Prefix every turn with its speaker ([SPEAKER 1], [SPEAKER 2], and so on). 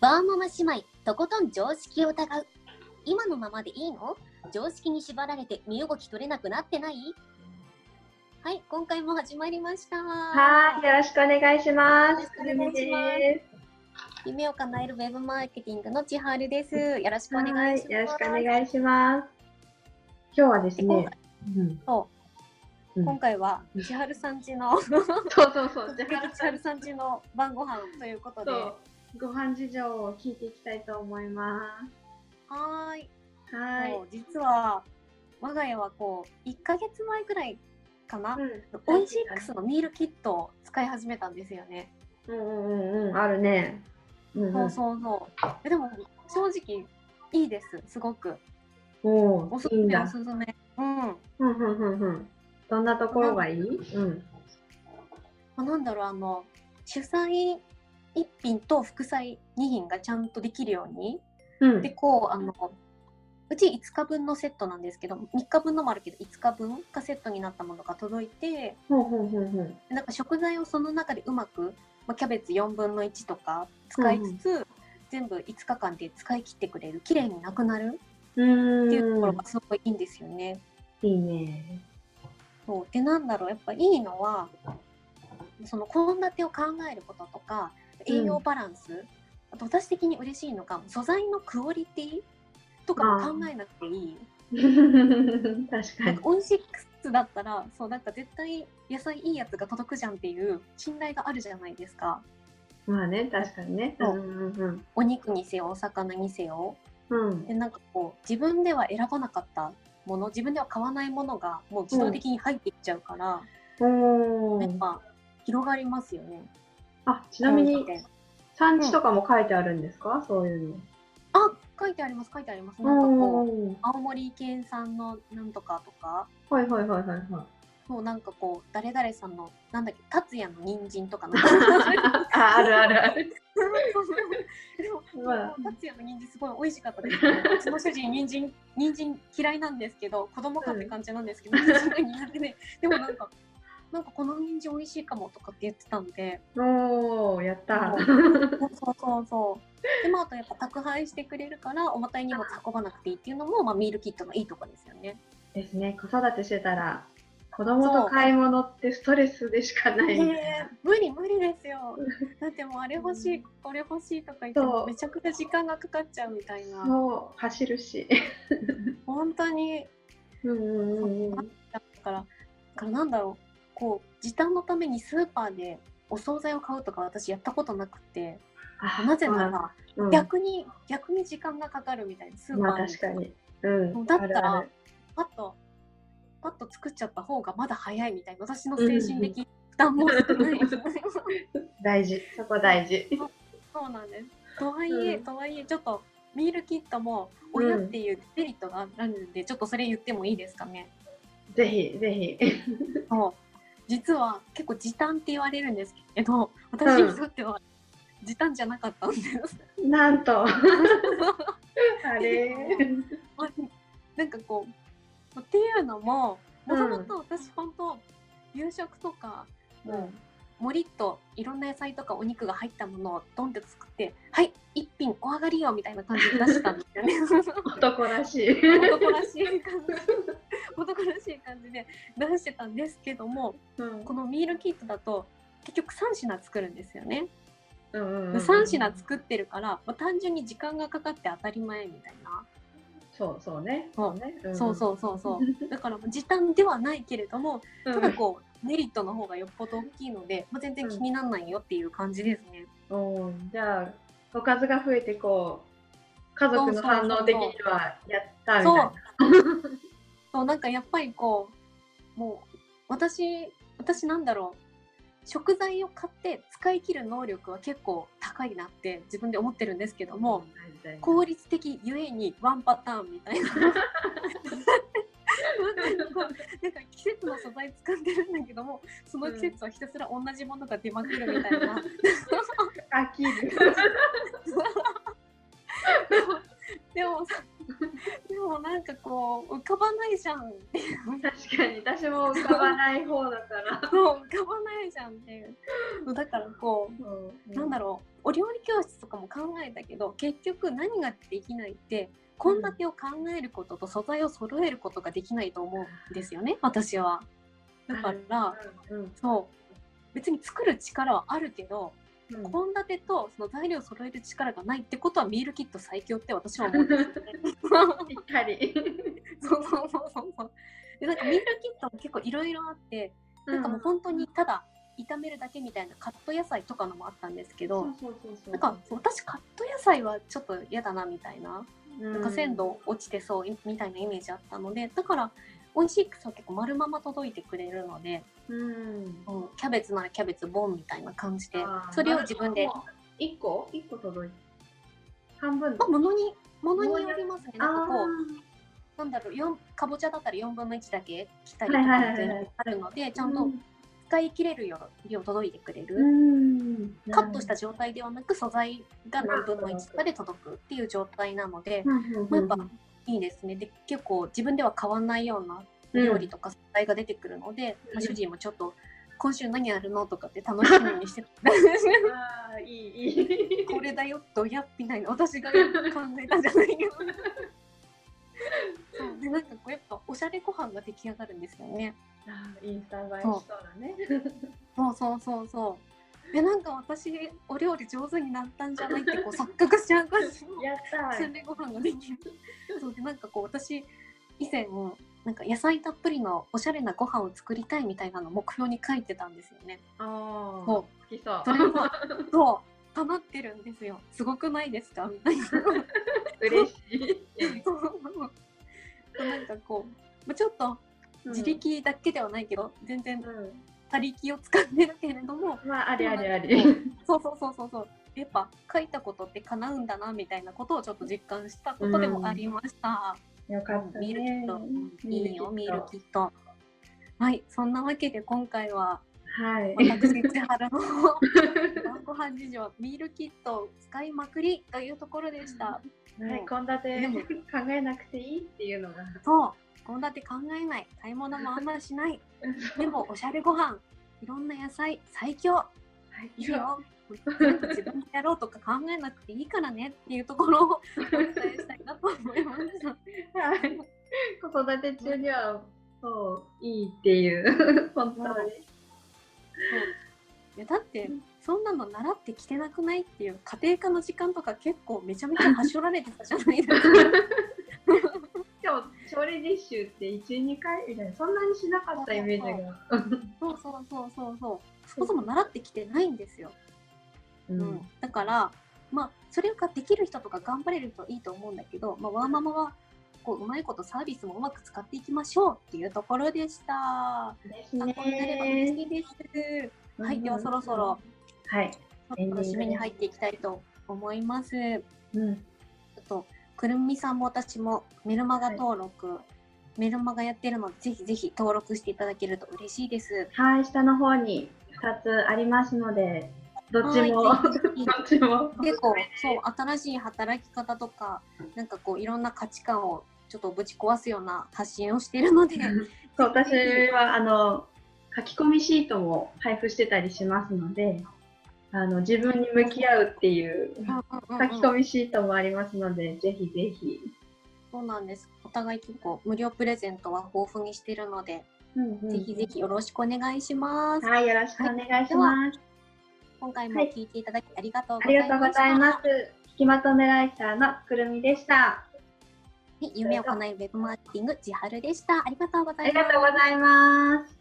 [SPEAKER 1] バーママ姉妹、とことん常識を疑う。今のままでいいの常識に縛られて身動き取れなくなってないはい、今回も始まりました。
[SPEAKER 2] はい、よろしくお願いします。
[SPEAKER 1] よろしくお願いします。夢を叶えるウェブマーケティングの千春です。よろしくお願
[SPEAKER 2] はいい
[SPEAKER 1] します。、
[SPEAKER 2] よろしくお願いします。今日はですね、うん、
[SPEAKER 1] そ
[SPEAKER 2] うん
[SPEAKER 1] う今回は千春さんちの、
[SPEAKER 2] そうそうそう、じ
[SPEAKER 1] 千
[SPEAKER 2] ゃあ、
[SPEAKER 1] 春さんちの晩ご飯ということで。は
[SPEAKER 2] ご飯事情を聞いていきたいと思いま
[SPEAKER 1] ーい。
[SPEAKER 2] す。はい
[SPEAKER 1] もう、実は我が家はこう1ヶ月前くらいかな、
[SPEAKER 2] うん
[SPEAKER 1] オイシックスのミールキットを使い始めたんですよね。
[SPEAKER 2] うんうんうんうん、あるね。うんうん、
[SPEAKER 1] そうそうそうえでも正直いいですすごく
[SPEAKER 2] おー
[SPEAKER 1] おすす
[SPEAKER 2] いいん
[SPEAKER 1] めお
[SPEAKER 2] だ。
[SPEAKER 1] すすめ。うん。
[SPEAKER 2] うんうんうんうん。どんなところがいい？うん。
[SPEAKER 1] あなんだろうあの主菜1品と副菜2品がちゃんとできるように
[SPEAKER 2] うん
[SPEAKER 1] で。こうあのうち5日分のセットなんですけど3日分のもあるけど5日分がセットになったものが届いて
[SPEAKER 2] ほうほうほうほう。
[SPEAKER 1] なんか食材をその中でうまく、まあ、キャベツ4分の1とか使いつつ、全部5日間で使い切ってくれる綺麗になくなる
[SPEAKER 2] うーん。
[SPEAKER 1] っていうところがすごいいいんですよね。
[SPEAKER 2] い いね。
[SPEAKER 1] そうでなんだろうやっぱいいのはその献立を考えることとか栄養バランス、あと私的に嬉しいのが素材のクオリティとかも考えなくていい。なん
[SPEAKER 2] 確かに
[SPEAKER 1] か。オンシックスだったらそうなんか絶対野菜いいやつが届くじゃんっていう信頼があるじゃないですか。
[SPEAKER 2] まあね、確かにね。
[SPEAKER 1] そう
[SPEAKER 2] うんうん
[SPEAKER 1] お肉にせよお魚にせよ
[SPEAKER 2] うん。うん
[SPEAKER 1] でなんかこう自分では選ばなかったもの自分では買わないものがもう自動的に入っていっちゃうから、
[SPEAKER 2] お
[SPEAKER 1] やっ
[SPEAKER 2] ー
[SPEAKER 1] ぱ広がりますよね。
[SPEAKER 2] あちなみに
[SPEAKER 1] 献立
[SPEAKER 2] 産地とかも書いてあるんですか、そういう
[SPEAKER 1] あ書いてあります書いてありますなんか
[SPEAKER 2] の
[SPEAKER 1] こう
[SPEAKER 2] おー
[SPEAKER 1] 青森県産のなんとかとか
[SPEAKER 2] はいはいはいは いはい
[SPEAKER 1] もうなんかこう誰々さんのなんだっけ達也の人参とかなんか
[SPEAKER 2] ああるあるある
[SPEAKER 1] でも
[SPEAKER 2] まあ
[SPEAKER 1] 達也の人参すごい美味しかったですうちの主人人参人参嫌いなんですけど子供かって感じなんですけど人参が苦手ででもなんかなんかこの人参美味しいかもとかって言ってたんで
[SPEAKER 2] おーやった
[SPEAKER 1] そうそうそうそうでまああとやっぱ宅配してくれるから重たい荷物運ばなくていいっていうのも、まあ、ミールキットのいいとこですよね
[SPEAKER 2] ですね子育てしてたら子供と買い物ってストレスでしかないみたい
[SPEAKER 1] えー無理無理ですよだってもうあれ欲しいこれ欲しいとか言って
[SPEAKER 2] そ
[SPEAKER 1] も
[SPEAKER 2] う
[SPEAKER 1] めちゃくちゃ時間がかかっちゃうみたい
[SPEAKER 2] な
[SPEAKER 1] な
[SPEAKER 2] そう走るし
[SPEAKER 1] 本当に
[SPEAKER 2] うんうんうんうん
[SPEAKER 1] だからだからなんだろうこう時短のためにスーパーでお惣菜を買うとか私やったことなくて
[SPEAKER 2] あ
[SPEAKER 1] なぜな
[SPEAKER 2] まあ
[SPEAKER 1] ら
[SPEAKER 2] うん
[SPEAKER 1] 逆に逆に時間がかかるみたいなスー
[SPEAKER 2] ま
[SPEAKER 1] パー
[SPEAKER 2] あ確かにうん
[SPEAKER 1] だったら
[SPEAKER 2] あるある
[SPEAKER 1] パッとパッと作っちゃった方がまだ早いみたいな私の精神的負担も少ない
[SPEAKER 2] うん大事そこ大事
[SPEAKER 1] そうなんです。とはいえ、
[SPEAKER 2] うん
[SPEAKER 1] とはいえ、ちょっとミールキットも親っていうメリットがあるんで、ちょっとそれ言ってもいいですかね。
[SPEAKER 2] ぜひぜひ
[SPEAKER 1] そう実は結構時短って言われるんですけど、私にとっては時短じゃなかったんです。
[SPEAKER 2] なんとあれ
[SPEAKER 1] なんかこう、っていうのも、もとも
[SPEAKER 2] うん
[SPEAKER 1] と私本当、夕食とか、
[SPEAKER 2] う
[SPEAKER 1] もうんもりっといろんな野菜とかお肉が入ったものをドンって作って「はい一品お上がりよ」みたいな感じで出したんです よね。
[SPEAKER 2] 男らしい。
[SPEAKER 1] 男らしい感じ男らしい感じで出してたんですけども
[SPEAKER 2] うん
[SPEAKER 1] このミールキットだと結局3品作るんですよね。
[SPEAKER 2] うんうん
[SPEAKER 1] 3品作ってるから、まあ単純に時間がかかって当たり前みたいな、
[SPEAKER 2] そうそうね。
[SPEAKER 1] そう
[SPEAKER 2] ね。
[SPEAKER 1] そうそうそうそう だから時短ではないけれども
[SPEAKER 2] うん。
[SPEAKER 1] ただこうメリットの方がよっぽど大きいので、まあ、全然気にならないよっていう感じですね。
[SPEAKER 2] おーじゃあおかずが増えてこう家族の反応的にはやったみたい
[SPEAKER 1] そう
[SPEAKER 2] な。。
[SPEAKER 1] そうなんかやっぱりこうもう私私なんだろう食材を買って使い切る能力は結構高いなって自分で思ってるんですけども
[SPEAKER 2] こ
[SPEAKER 1] 効率的ゆえにワンパターンみたいななんか季節の素材使ってるんだけどもその季節はひたすら同じものが出まくるみたいな、
[SPEAKER 2] 飽きる。
[SPEAKER 1] でもさでもなんかこう浮かばないじゃんっていう
[SPEAKER 2] 確かに私も浮かばない方だから
[SPEAKER 1] そう浮かばないじゃんっていうだからこう、なんだ
[SPEAKER 2] ろ
[SPEAKER 1] ろうお料理教室とかも考えたけど結局何ができないって献立を考えることと素材を揃えることができないと思うんですよね私は。だから
[SPEAKER 2] うんうん
[SPEAKER 1] そう別に作る力はあるけど
[SPEAKER 2] うん
[SPEAKER 1] 献立とその材料を揃える力がないってことはミールキット最強って私は思うんですよね。
[SPEAKER 2] ぴったり
[SPEAKER 1] そうそうそうそうそう。でなんかミールキットも結構いろいろあって、 なんかもう本当にただ炒めるだけみたいなカット野菜とかのもあったんですけど、
[SPEAKER 2] そうそうそうそう
[SPEAKER 1] なんか私カット野菜はちょっと嫌だなみたいな、
[SPEAKER 2] な
[SPEAKER 1] なんか鮮度落ちてそうみたいなイメージあったので、だから美味しくさ結構丸まま届いてくれるので、
[SPEAKER 2] うん
[SPEAKER 1] うんキャベツならキャベツボンみたいな感じで
[SPEAKER 2] あー、
[SPEAKER 1] それを自分で、
[SPEAKER 2] まあもう一個一個届いて半分
[SPEAKER 1] まあ、物に物によりますね。なんかこうな
[SPEAKER 2] あ
[SPEAKER 1] んだろう四かぼちゃだったら4分の1だけ来たりと
[SPEAKER 2] は
[SPEAKER 1] か
[SPEAKER 2] いはいはいはい
[SPEAKER 1] 全然あるので、
[SPEAKER 2] ー
[SPEAKER 1] ちゃんと使い切れるよう量届いてくれ
[SPEAKER 2] う
[SPEAKER 1] る、
[SPEAKER 2] ん
[SPEAKER 1] カットした状態ではなく素材が何分の1とかで届くっていう状態なので、まあ、やっぱいいですねで結構自分では買わないような料理とか素材が出てくるので、
[SPEAKER 2] うん
[SPEAKER 1] まあ主人もちょっと今週何やるのとかって楽しみにしてた
[SPEAKER 2] あーいいいい
[SPEAKER 1] これだよとやっぴないの私が考えたんじゃないけどそうでなんかこうやっぱおしゃれご飯が出来上がるんですよね。
[SPEAKER 2] あーインスタ映えしそうだね
[SPEAKER 1] そうそうそうそう。えなんか私お料理上手になったんじゃないってこう錯覚しちゃう感じの
[SPEAKER 2] やった
[SPEAKER 1] それ
[SPEAKER 2] ー
[SPEAKER 1] でご飯ができる。そうでなんかこう私以前なんか野菜たっぷりのおしゃれなご飯を作りたいみたいなのを目標に書いてたんですよね。
[SPEAKER 2] あ
[SPEAKER 1] そ
[SPEAKER 2] ー好きそう
[SPEAKER 1] うそれ がそう叶ってるんですよ。すごくないですかみたいな。
[SPEAKER 2] 嬉しい
[SPEAKER 1] そう なんかこうまあちょっと自力だけではないけど、全然
[SPEAKER 2] う
[SPEAKER 1] 他力を使ってるけれども
[SPEAKER 2] んまあありありあ
[SPEAKER 1] でもなん
[SPEAKER 2] り
[SPEAKER 1] かそうそうそうそうそう。やっぱ書いたことって叶うんだなみたいなことをちょっと実感したことでもありました。
[SPEAKER 2] よかったね
[SPEAKER 1] ミールキット、
[SPEAKER 2] うん
[SPEAKER 1] いいよミール
[SPEAKER 2] ッ
[SPEAKER 1] キット。はい、そんなわけで今回は
[SPEAKER 2] トはい
[SPEAKER 1] 私千春 の晩ご飯事情ミールキットを使いまくりというところでした。
[SPEAKER 2] はい、献
[SPEAKER 1] でも
[SPEAKER 2] 立考えなくていいっていうのが
[SPEAKER 1] そう、献立考えない、買い物もあんまりし ない。でもおしゃれご飯、いろんな野菜最強。
[SPEAKER 2] はい
[SPEAKER 1] いいよ。全部自分でやろうとか考えなくていいからねっていうところを お伝えしたいなと思いました。
[SPEAKER 2] はい子育て中にはそういいっていう 本当に
[SPEAKER 1] いやだってそんなの習ってきてなくないっていう家庭科の時間とか結構めちゃめちゃはしょられてたじゃないです か。
[SPEAKER 2] でも調理実習って12回みたいなそんなにしなかったイメージが
[SPEAKER 1] そうそうそうそうそう。そもそも習ってきてないんですよ。
[SPEAKER 2] う
[SPEAKER 1] うん
[SPEAKER 2] ん
[SPEAKER 1] だからまあそれができる人とか頑張れるといいと思うんだけど、まあ、ワーママはこううまいことサービスもうまく使っていきましょうっていうところでした。
[SPEAKER 2] です
[SPEAKER 1] 参考になれば嬉し
[SPEAKER 2] ね
[SPEAKER 1] いです。はい、ではそろそろ
[SPEAKER 2] はいエンディング
[SPEAKER 1] 締めに入っていきたいと思います。ち
[SPEAKER 2] うん
[SPEAKER 1] ょっとくるみさんも私もメルマガ登録、メルマガやってるのでぜひぜひ登録していただけると嬉しいです。
[SPEAKER 2] はい下の方に2つありますのでどっちも ど
[SPEAKER 1] は
[SPEAKER 2] っ
[SPEAKER 1] いぜひぜ
[SPEAKER 2] ち も
[SPEAKER 1] ひ結構そう新しい働き方とかなんかこういろんな価値観をちょっとぶち壊すような発信をしてるので、
[SPEAKER 2] そう私はあの書き込みシートも配布してたりしますのであの自分に向き合うっていう
[SPEAKER 1] うんうんうんう
[SPEAKER 2] 書
[SPEAKER 1] ん
[SPEAKER 2] き込みシートもありますので、ぜひぜひ。
[SPEAKER 1] そうなんです。お互い結構無料プレゼントは豊富にしてるので、ぜひぜひよろしくお願いします。
[SPEAKER 2] はい、よろしくお願いします。
[SPEAKER 1] 今回も聞いていただきありがとうご
[SPEAKER 2] あ
[SPEAKER 1] ざ
[SPEAKER 2] り
[SPEAKER 1] い
[SPEAKER 2] がと
[SPEAKER 1] ま
[SPEAKER 2] うご
[SPEAKER 1] し
[SPEAKER 2] ざ
[SPEAKER 1] た。
[SPEAKER 2] います。ひきまとめライターのくるみでした。
[SPEAKER 1] はい夢を叶えるウェブマーケティング千春でした。ありがとうございま
[SPEAKER 2] あ
[SPEAKER 1] す
[SPEAKER 2] りがとうございます。